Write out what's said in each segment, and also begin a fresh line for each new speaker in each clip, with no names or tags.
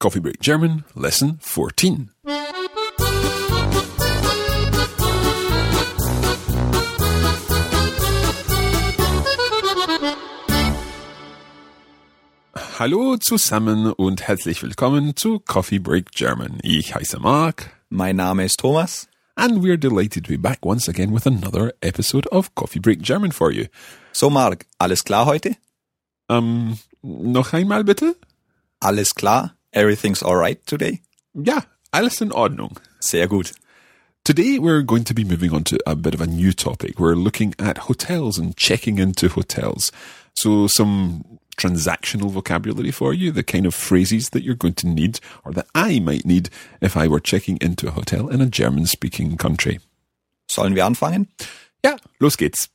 Coffee Break German, Lesson 14. Hallo zusammen und herzlich willkommen zu Coffee Break German. Ich heiße Mark.
Mein Name ist Thomas.
And we're delighted to be back once again with another episode of Coffee Break German for you.
So, Mark, alles klar heute?
Ähm, noch einmal bitte?
Alles klar? Everything's alright today?
Ja, alles in Ordnung.
Sehr gut.
Today we're going to be moving on to a bit of a new topic. We're looking at hotels and checking into hotels. So some transactional vocabulary for you, the kind of phrases that you're going to need or that I might need if I were checking into a hotel in a German speaking country.
Sollen wir anfangen?
Ja, los geht's.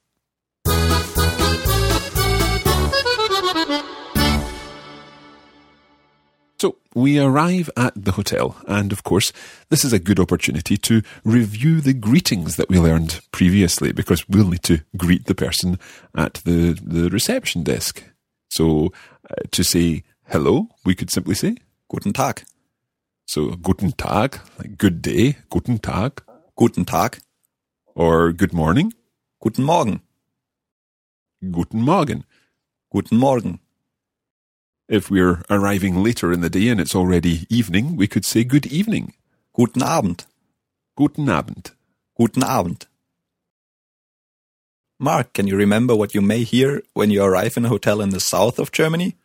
So we arrive at the hotel, and of course, this is a good opportunity to review the greetings that we learned previously because we'll need to greet the person at the, the reception desk. So uh, to say hello, we could simply say,
Guten Tag.
so guten Tag, like good day, guten Tag,
Guten Tag.
or good morning,
Guten Morgen.
guten Morgen.
Guten Morgen.
If we're arriving later in the day and it's already evening, we could say good evening,
Guten Abend.
guten Abend.
Guten Abend. Mark, can you remember what you may hear when you arrive in a hotel in the south of Germany?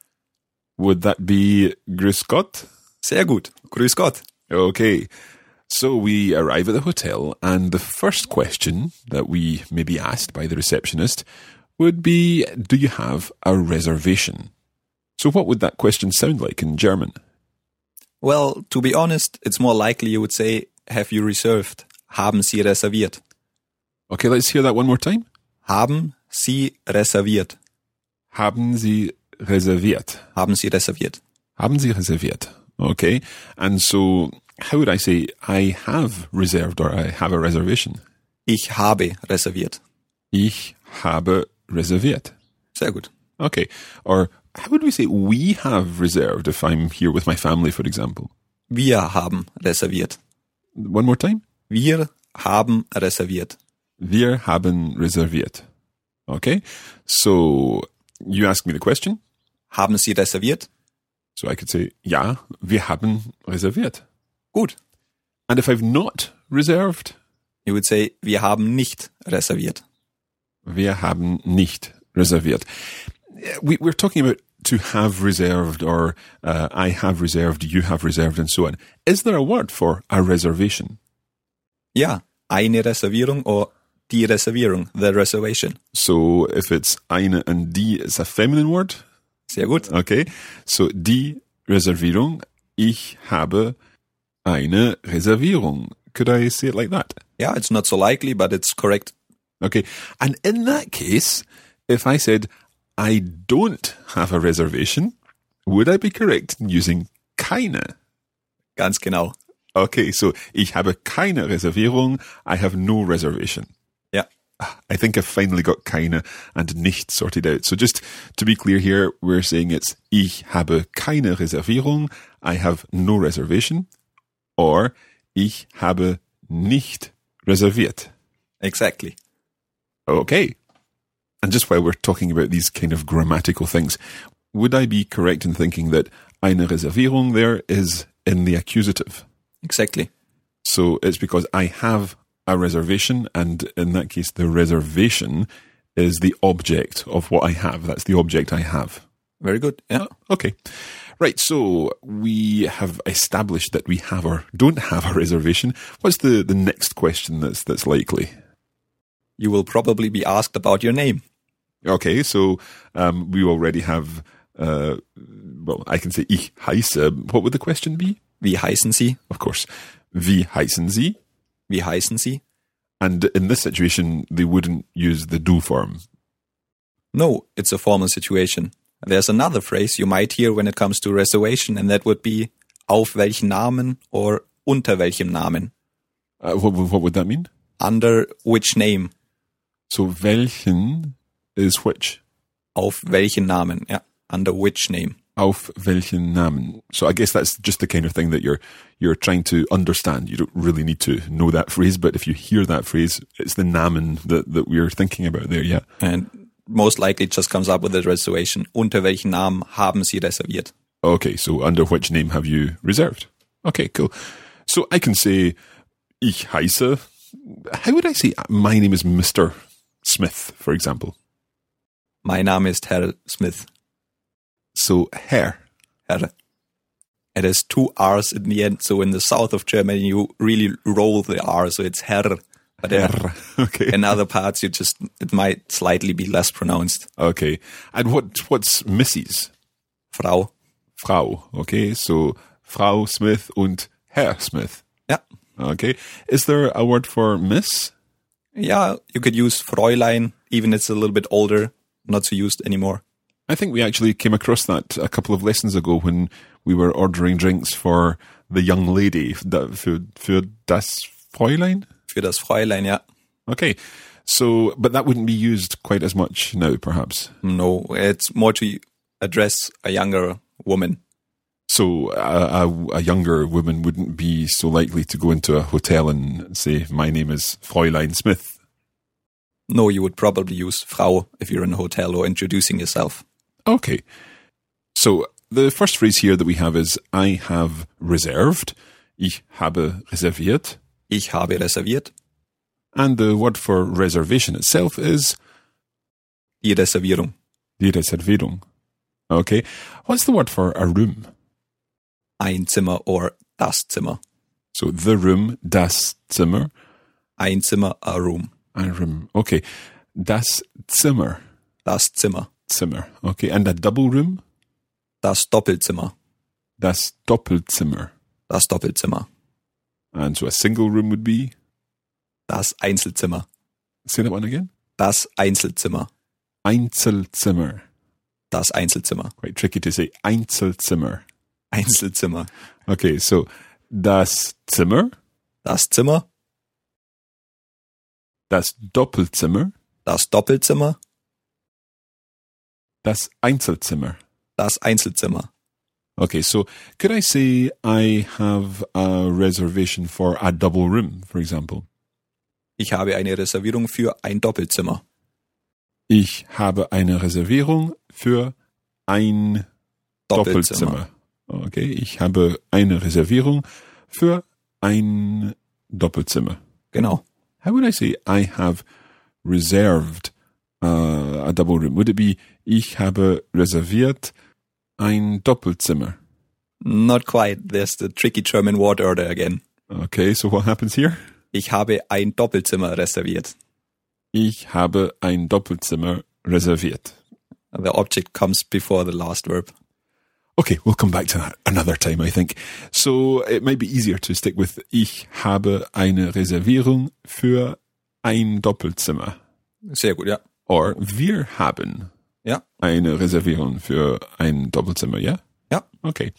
Would that be grüß Gott?
Sehr gut. Grüß Gott.
Okay. So we arrive at the hotel, and the first question that we may be asked by the receptionist would be Do you have a reservation? So, what would that question sound like in German?
Well, to be honest, it's more likely you would say, have you reserved? Haben Sie reserviert?
Okay, let's hear that one more time.
Haben Sie reserviert?
Haben Sie reserviert?
Haben Sie reserviert?
Haben Sie reserviert? Okay. And so, how would I say I have reserved or I have a reservation?
Ich habe reserviert.
Ich habe reserviert.
Sehr gut.
Okay. Or how would we say we have reserved if I'm here with my family, for example?
Wir haben reserviert.
One more time.
Wir haben reserviert.
Wir haben reserviert. Okay. So you ask me the question.
Haben Sie reserviert?
So I could say, ja, wir haben reserviert.
Gut.
And if I've not reserved,
You would say, wir haben nicht reserviert.
wir haben nicht reserviert. We, we're talking about to have reserved or uh, I have reserved, you have reserved, and so on. Is there a word for a reservation?
Ja, eine Reservierung or die Reservierung, the reservation.
So if it's eine and die, it's a feminine word.
Sehr gut.
Okay. So die Reservierung. Ich habe eine Reservierung. Could I say it like that?
Ja, it's not so likely, but it's correct.
Okay. And in that case, if I said I don't have a reservation, would I be correct in using keine?
Ganz genau.
Okay, so ich habe keine Reservierung. I have no reservation.
Ja.
I think I've finally got keine and nicht sorted out. So just to be clear here, we're saying it's ich habe keine Reservierung. I have no reservation. Or ich habe nicht reserviert.
Exactly.
Okay. And just while we're talking about these kind of grammatical things, would I be correct in thinking that eine Reservierung there is in the accusative?
Exactly.
So it's because I have a reservation, and in that case, the reservation is the object of what I have. That's the object I have.
Very good. Ja.
Okay. Right, so we have established that we have or don't have a reservation. What's the, the next question that's that's likely?
You will probably be asked about your name.
Okay, so um, we already have Uh, well, I can say ich heiße. What would the question be?
Wie heißen Sie?
Of course. Wie heißen Sie?
Wie heißen Sie?
And in this situation, they wouldn't use the do form.
No, it's a formal situation. There's another phrase you might hear when it comes to reservation, and that would be auf welchen Namen or unter welchem Namen.
Uh, what, what would that mean?
Under which name?
So welchen is which?
Auf welchen Namen? Yeah, under which name?
Auf welchen Namen? So I guess that's just the kind of thing that you're you're trying to understand. You don't really need to know that phrase, but if you hear that phrase, it's the Namen that, that we're thinking about there, yeah.
And most likely it just comes up with the reservation. Unter welchen Namen haben Sie reserviert?
Okay, so under which name have you reserved? Okay, cool. So I can say ich heiße. How would I say uh, my name is Mr. Smith, for example?
Mein Name ist Herr Smith.
So Herr.
Herr. It has two R's in the end. So in the south of Germany, you really roll the R. So it's Herr. But in-
Herr. Okay.
in other parts, you just, it might slightly be less pronounced.
Okay. And what what's Mrs.
Frau.
Frau? Okay, so Frau Smith und Herr Smith.
Yeah.
Okay. Is there a word for miss?
Yeah. You could use Fräulein, even it's a little bit older, not so used anymore.
I think we actually came across that a couple of lessons ago when we were ordering drinks for the young lady da- für, für das Fräulein.
Für das Fräulein, yeah.
Okay. So, but that wouldn't be used quite as much now, perhaps.
No, it's more to address a younger woman.
So, a, a, a younger woman wouldn't be so likely to go into a hotel and say, "My name is Fräulein Smith."
No, you would probably use Frau if you're in a hotel or introducing yourself.
Okay. So the first phrase here that we have is I have reserved. Ich habe reserviert.
Ich habe reserviert.
And the word for reservation itself is
Die Reservierung.
die Reservierung. Okay. What's the word for a room?
Ein Zimmer or das Zimmer.
So the room, das Zimmer.
Ein Zimmer, a room.
A room. Okay. Das Zimmer.
Das Zimmer.
Zimmer. Okay. And a double room?
Das Doppelzimmer.
Das Doppelzimmer.
Das Doppelzimmer.
And so a single room would be,
Das Einzelzimmer.
say that one again.
Das Einzelzimmer.
Einzelzimmer.
Das Einzelzimmer.
Quite tricky to say. Einzelzimmer.
Einzelzimmer.
Okay, so das Zimmer,
Das Zimmer.
das Doppelzimmer,
Das Doppelzimmer.
das Einzelzimmer.
Das Einzelzimmer.
Okay, so could I say I have a reservation for a double room, for example?
Ich habe eine Reservierung für ein Doppelzimmer.
Ich habe eine Reservierung für ein Doppelzimmer. Okay, ich habe eine Reservierung für ein Doppelzimmer.
Genau.
How would I say I have reserved uh, a double room? Would it be ich habe reserviert ein Doppelzimmer?
Not quite. There's the tricky German word order again.
Okay, so what happens here?
Ich habe ein Doppelzimmer reserviert.
Ich habe ein Doppelzimmer reserviert.
The object comes before the last verb.
Okay, we'll come back to that another time, I think. So it might be easier to stick with ich habe eine Reservierung für ein Doppelzimmer.
Sehr gut, ja.
Or wir haben
Ja,
eine Reservierung für ein Doppelzimmer, ja?
ja.
Okay.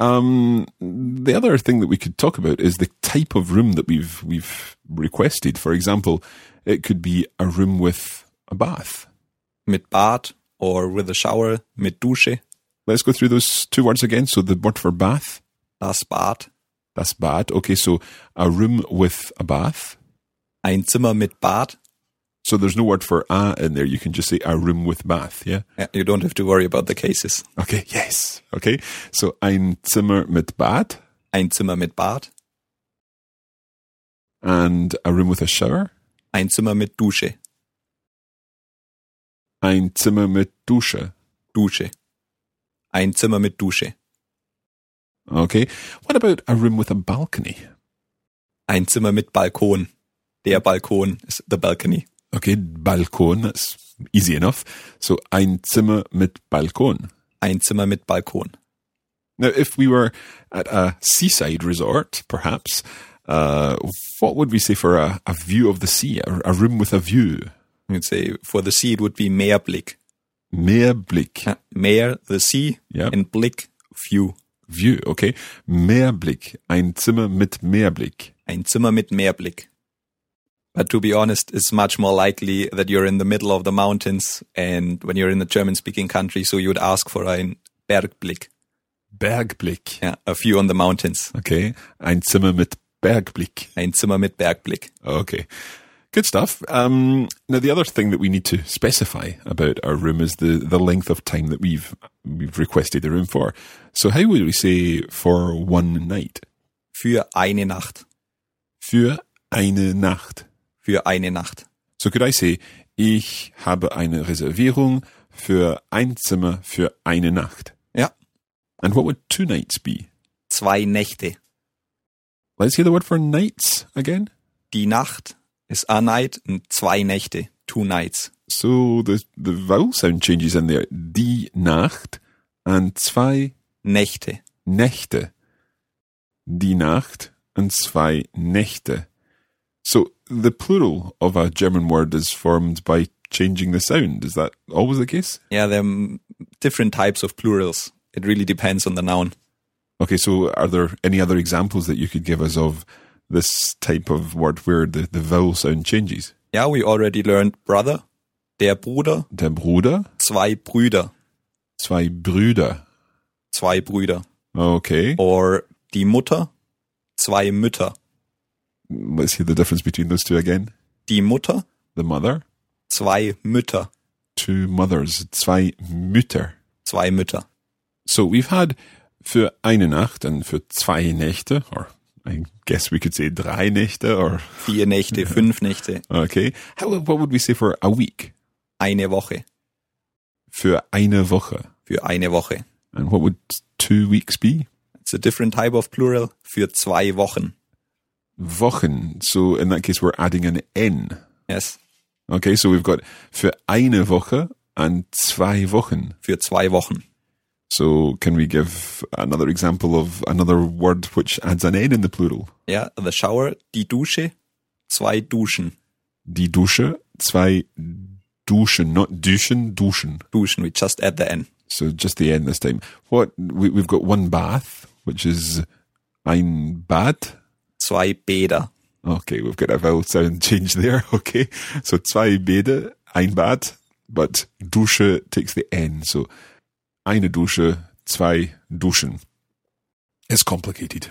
Um, the other thing that we could talk about is the type of room that we've we've requested. For example, it could be a room with a bath.
Mit Bad or with a shower, mit Dusche,
Let's go through those two words again. So the word for bath,
das Bad,
that's bad. Okay, so a room with a bath.
ein Zimmer mit Bad.
So there's no word for a in there. You can just say a room with bath. Yeah.
Yeah, You don't have to worry about the cases.
Okay. Yes. Okay. So ein Zimmer mit Bad
Ein Zimmer mit Bad,
and a room with a shower.
ein Zimmer mit Dusche,
Ein Zimmer mit Dusche.
Dusche. Ein Zimmer mit Dusche,
Okay. What about a room with a balcony?
ein Zimmer mit Balkon. Der Balkon ist the balcony.
Okay, Balkon, that's easy enough. So ein Zimmer mit Balkon.
Ein Zimmer mit Balkon.
Now, if we were at a seaside resort, perhaps, uh, what would we say for a, a view of the sea, a, a room with a view?
You'd say for the sea it would be Meerblick.
Meerblick
Uh, Meer, the sea,
Yep.
and Blick, view.
view, okay? Meerblick, ein Zimmer mit Meerblick.
Ein Zimmer mit Meerblick. But to be honest, it's much more likely that you're in the middle of the mountains and when you're in a German speaking country, so you would ask for ein Bergblick.
Bergblick,
Yeah, a view on the mountains.
okay? Ein Zimmer mit Bergblick.
Ein Zimmer mit Bergblick.
Okay. Good stuff. Um, now, the other thing that we need to specify about our room is the, the length of time that we've we've requested the room for. So, how would we say for one night?
Für eine Nacht.
Für eine Nacht.
Für eine Nacht.
So could I say, ich habe eine Reservierung für ein Zimmer für eine Nacht.
Ja.
And what would two nights be?
Zwei Nächte.
Let's hear the word for nights again.
Die Nacht ist a night und zwei Nächte. Two nights.
So the the vowel sound changes in there. Die Nacht and zwei
Nächte.
Nächte. Die Nacht and zwei Nächte. So the plural of a German word is formed by changing the sound. Is that always the case?
Yeah, there are mm, different types of plurals. It really depends on the noun.
Okay, so are there any other examples that you could give us of this type of word where the, the vowel sound changes?
Yeah, we already learned brother, der Bruder,
Der Bruder,
zwei Brüder,
zwei Brüder.
zwei Brüder.
Okay,
Or die Mutter, zwei Mütter.
let's hear the difference between those two again.
Die Mutter,
The mother,
zwei Mütter,
two mothers, zwei Mütter.
zwei Mütter.
So we've had für eine Nacht and für zwei Nächte, or I guess we could say drei Nächte, or
Vier Nächte, fünf Nächte,
okay. How, what would we say for a week?
eine Woche,
Für eine Woche.
für eine Woche.
And what would two weeks be?
It's a different type of plural für zwei Wochen.
Wochen. So in that case, we're adding an N.
Yes,
Okay, so we've got für eine Woche and zwei Wochen.
für zwei Wochen.
So can we give another example of another word which adds an N in the plural?
Yeah, the shower, die Dusche, zwei Duschen.
Die Dusche, zwei Duschen, not Duschen, Duschen.
Duschen, we just add the N.
So just the N this time. What, we, we've got one bath, which is ein Bad.
Zwei Bäder,
Okay, we've got a vowel sound change there. Okay, so zwei Bäder, ein Bad, but Dusche takes the N. So eine Dusche, zwei Duschen. It's complicated.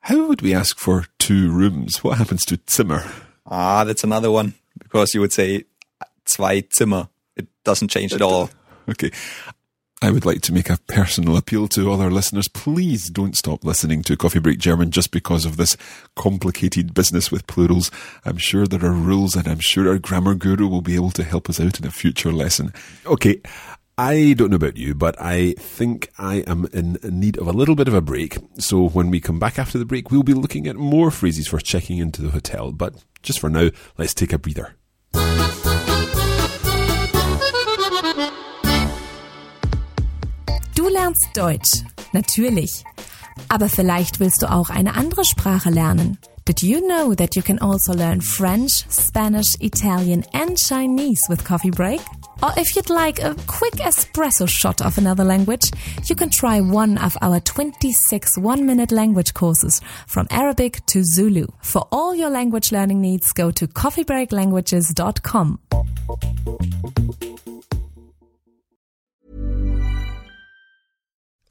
How would we ask for two rooms? What happens to Zimmer?
Ah, that's another one because you would say zwei Zimmer. It doesn't change at all.
Okay. I would like to make a personal appeal to all our listeners. Please don't stop listening to Coffee Break German just because of this complicated business with plurals. I'm sure there are rules and I'm sure our grammar guru will be able to help us out in a future lesson.
Okay. I don't know about you, but I think I am in need of a little bit of a break. So when we come back after the break, we'll be looking at more phrases for checking into the hotel. But just for now, let's take a breather.
Du lernst Deutsch, natürlich. Aber vielleicht willst du auch eine andere Sprache lernen. Did you know that you can also learn French, Spanish, Italian and Chinese with Coffee Break? Or if you'd like a quick espresso shot of another language, you can try one of our 26 one-minute language courses from Arabic to Zulu. For all your language learning needs, go to coffeebreaklanguages.com.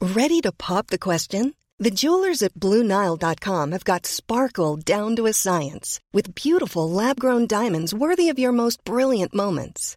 Ready to pop the question? The jewelers at BlueNile.com have got sparkle down to a science with beautiful lab grown diamonds worthy of your most brilliant moments.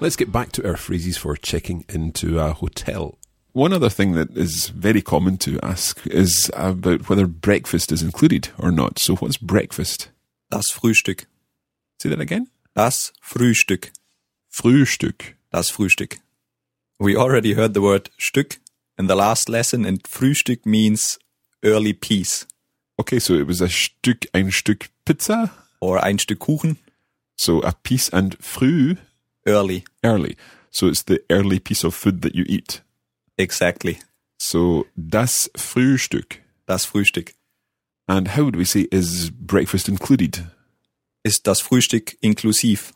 Let's get back to our phrases for checking into a hotel.
One other thing that is very common to ask is about whether breakfast is included or not. So, what's breakfast?
Das Frühstück.
Say that again.
Das Frühstück.
Frühstück.
Das Frühstück. We already heard the word Stück in the last lesson and Frühstück means early piece
Okay, so it was a Stück, ein Stück pizza.
or ein Stück Kuchen.
So, a piece and früh,
Early.
early. So, it's the early piece of food that you eat.
Exactly.
So, das Frühstück.
Das Frühstück.
And how would we say is breakfast included?
Ist das Frühstück inklusiv?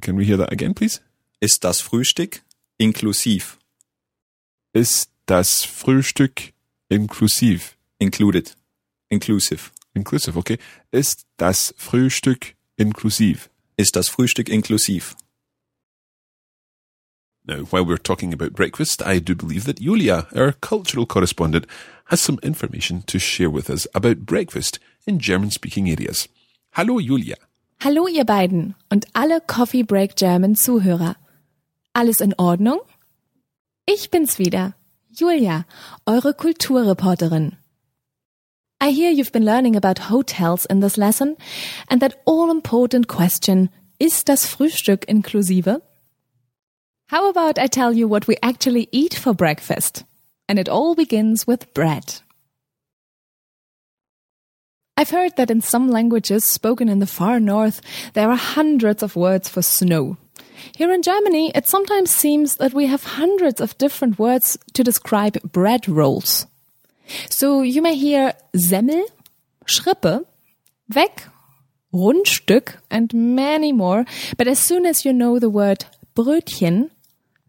Can we hear that again, please?
Ist das Frühstück inklusiv?
Ist das Frühstück inklusiv?
Included. Inclusive.
Inclusive, okay. Ist das Frühstück inklusiv?
Ist das Frühstück inklusiv?
Now, while we're talking about breakfast, I do believe that Yulia, our cultural correspondent, has some information to share with us about breakfast in German speaking areas. Hallo, Julia.
Hallo ihr beiden und alle Coffee Break German Zuhörer. Alles in Ordnung? Ich bin's wieder, Julia, eure Kulturreporterin. I hear you've been learning about hotels in this lesson and that all important question, ist das Frühstück inklusive? How about I tell you what we actually eat for breakfast? And it all begins with bread. I've heard that in some languages spoken in the far north, there are hundreds of words for snow. Here in Germany, it sometimes seems that we have hundreds of different words to describe bread rolls. So you may hear Semmel, Schrippe, Weg, Rundstück, and many more, but as soon as you know the word Brötchen,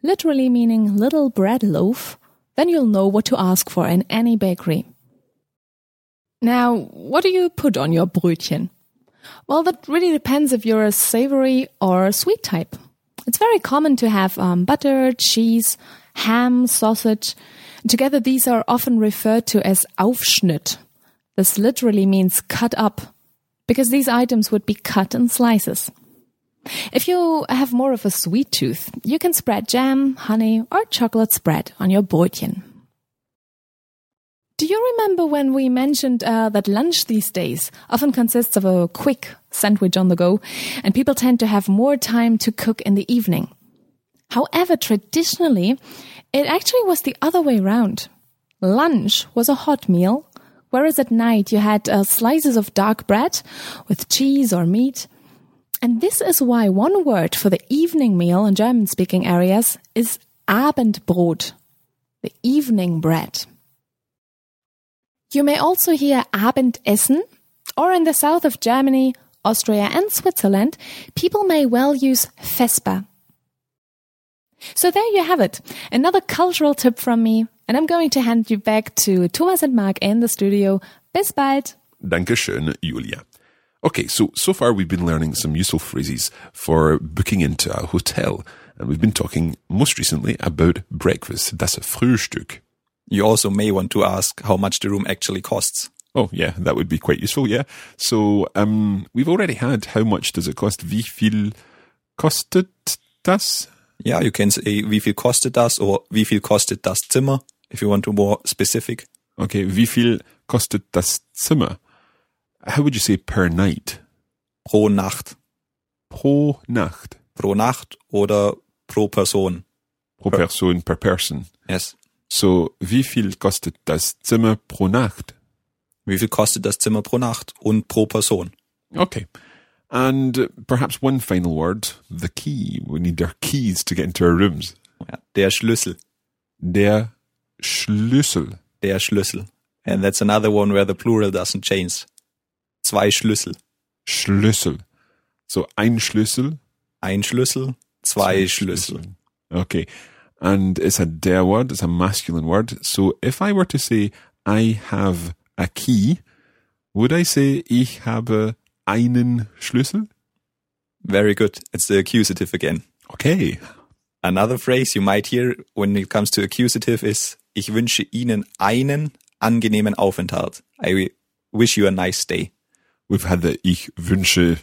literally meaning little bread loaf, then you'll know what to ask for in any bakery. Now, what do you put on your Brötchen? Well, that really depends if you're a savory or a sweet type. It's very common to have um, butter, cheese, ham, sausage. Together, these are often referred to as Aufschnitt. This literally means cut up, because these items would be cut in slices. If you have more of a sweet tooth, you can spread jam, honey, or chocolate spread on your Brötchen. Do you remember when we mentioned uh, that lunch these days often consists of a quick sandwich on the go, and people tend to have more time to cook in the evening? However, traditionally, it actually was the other way around. Lunch was a hot meal, whereas at night you had uh, slices of dark bread with cheese or meat. And this is why one word for the evening meal in German speaking areas is Abendbrot, the evening bread. You may also hear Abendessen, or in the south of Germany, Austria, and Switzerland, people may well use Vesper. So there you have it, another cultural tip from me, and I'm going to hand you back to Thomas and Mark in the studio. Bis bald!
Dankeschön, Julia. Okay, so, so far we've been learning some useful phrases for booking into a hotel. And we've been talking most recently about breakfast. Das Frühstück.
You also may want to ask how much the room actually costs.
Oh yeah, that would be quite useful. Yeah. So um, we've already had how much does it cost? Wie viel kostet das?
Yeah, you can say wie viel kostet das or wie viel kostet das Zimmer if you want to more specific.
Okay, wie viel kostet das Zimmer? How would you say per night?
Pro Nacht.
Pro Nacht.
Pro Nacht oder pro Person.
Pro Person, per Person.
Yes.
So, wie viel kostet das Zimmer pro Nacht?
Wie viel kostet das Zimmer pro Nacht und pro Person?
Okay. And uh, perhaps one final word, the key. We need our keys to get into our rooms.
Ja, Der Schlüssel.
Der Schlüssel.
Der Schlüssel. And that's another one where the plural doesn't change. Zwei Schlüssel.
Schlüssel. So, ein Schlüssel,
Ein Schlüssel, zwei Schlüssel.
Okay. And it's a der word, it's a masculine word. So if I were to say, I have a key, would I say, ich habe einen Schlüssel?
Very good. It's the accusative again.
Okay.
Another phrase you might hear when it comes to accusative is, ich wünsche Ihnen einen angenehmen Aufenthalt. I wish you a nice stay.
We've had the ich wünsche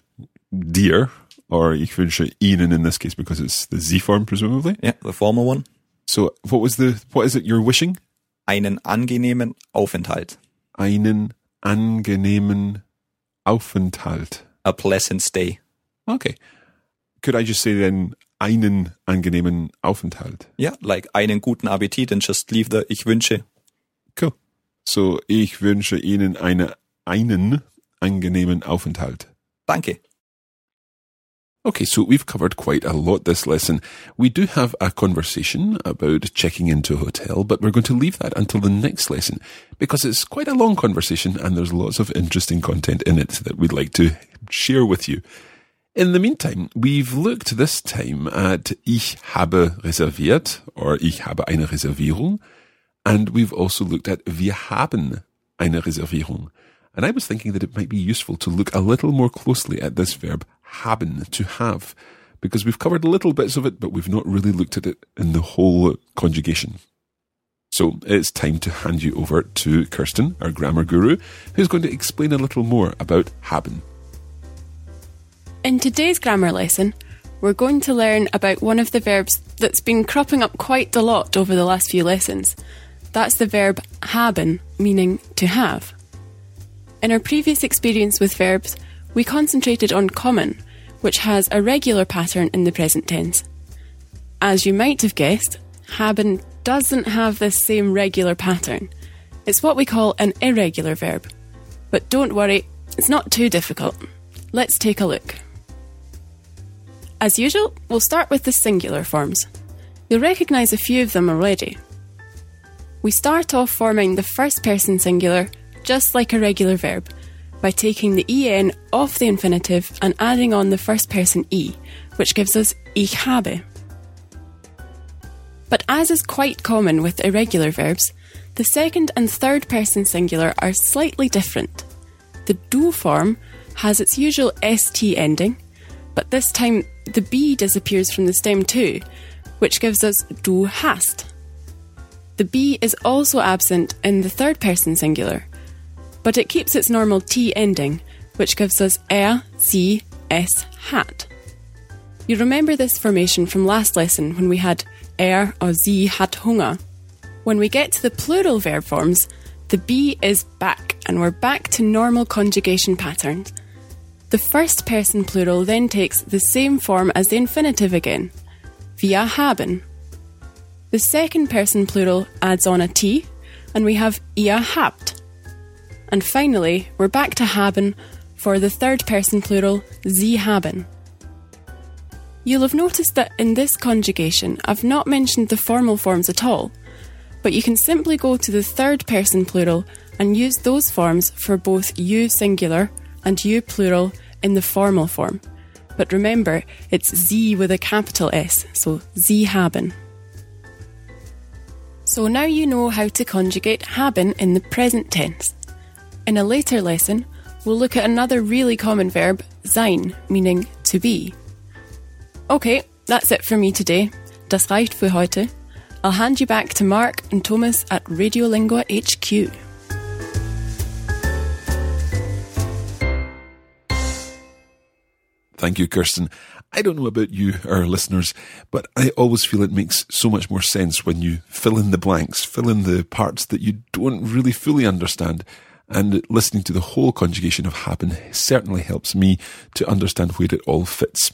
dir, or ich wünsche ihnen in this case because it's the Z form, presumably.
Yeah, the formal one.
So what was the what is it you're wishing?
Einen angenehmen Aufenthalt.
Einen angenehmen Aufenthalt.
A pleasant stay.
Okay. Could I just say then einen angenehmen Aufenthalt?
Yeah, like einen guten Appetit and just leave the ich wünsche.
Cool. So ich wünsche Ihnen eine, einen angenehmen Aufenthalt.
Danke.
Okay, so we've covered quite a lot this lesson. We do have a conversation about checking into a hotel, but we're going to leave that until the next lesson because it's quite a long conversation and there's lots of interesting content in it that we'd like to share with you. In the meantime, we've looked this time at Ich habe reserviert or Ich habe eine Reservierung. And we've also looked at Wir haben eine Reservierung. And I was thinking that it might be useful to look a little more closely at this verb haben, to have, because we've covered little bits of it, but we've not really looked at it in the whole conjugation. So it's time to hand you over to Kirsten, our grammar guru, who's going to explain a little more about haben.
In today's grammar lesson, we're going to learn about one of the verbs that's been cropping up quite a lot over the last few lessons. That's the verb haben, meaning to have. In our previous experience with verbs, we concentrated on common, which has a regular pattern in the present tense. As you might have guessed, haben doesn't have this same regular pattern. It's what we call an irregular verb. But don't worry, it's not too difficult. Let's take a look. As usual, we'll start with the singular forms. You'll recognise a few of them already. We start off forming the first person singular, just like a regular verb, by taking the en off the infinitive and adding on the first person e, which gives us ich habe. But as is quite common with irregular verbs, the second and third person singular are slightly different. The do form has its usual st ending, but this time the b disappears from the stem too, which gives us du hast. The b is also absent in the third person singular, but it keeps its normal t ending, which gives us er, sie, es hat. You remember this formation from last lesson when we had er or sie hat Hunger. When we get to the plural verb forms, the b is back and we're back to normal conjugation patterns. The first person plural then takes the same form as the infinitive again, via haben. The second person plural adds on a t, and we have ihr habt. And finally, we're back to haben for the third person plural, sie haben. You'll have noticed that in this conjugation, I've not mentioned the formal forms at all, but you can simply go to the third person plural and use those forms for both you singular and you plural in the formal form. But remember, it's Z with a capital S, so Z haben. So now you know how to conjugate haben in the present tense. In a later lesson, we'll look at another really common verb, sein, meaning to be. Okay, that's it for me today. Das reicht für heute. I'll hand you back to Mark and Thomas at Radiolingua HQ.
Thank you, Kirsten. I don't know about you, our listeners, but I always feel it makes so much more sense when you fill in the blanks, fill in the parts that you don't really fully understand. And listening to the whole conjugation of happen certainly helps me to understand where it all fits.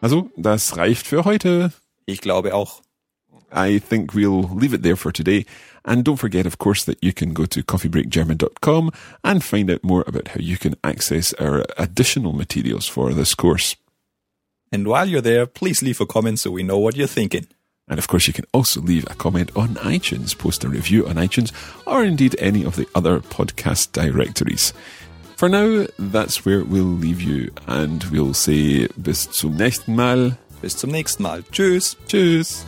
Also, das reicht für heute.
Ich glaube auch.
I think we'll leave it there for today. And don't forget, of course, that you can go to coffeebreakgerman.com and find out more about how you can access our additional materials for this course.
And while you're there, please leave a comment so we know what you're thinking.
And of course, you can also leave a comment on iTunes, post a review on iTunes, or indeed any of the other podcast directories. For now, that's where we'll leave you, and we'll say bis zum nächsten Mal.
Bis zum nächsten Mal. Tschüss.
Tschüss.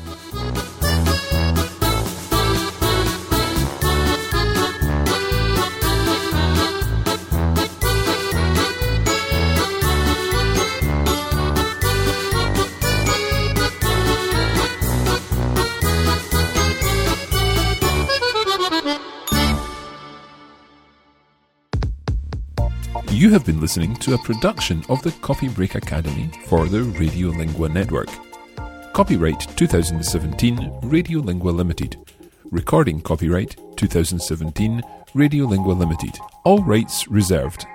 You have been listening to a production of the Coffee Break Academy for the Radiolingua Network. Copyright 2017 Radiolingua Limited. Recording copyright 2017 Radiolingua Limited. All rights reserved.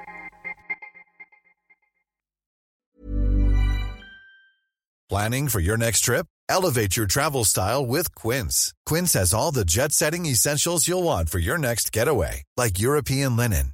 Planning for your next trip? Elevate your travel style with Quince. Quince has all the jet setting essentials you'll want for your next getaway, like European linen,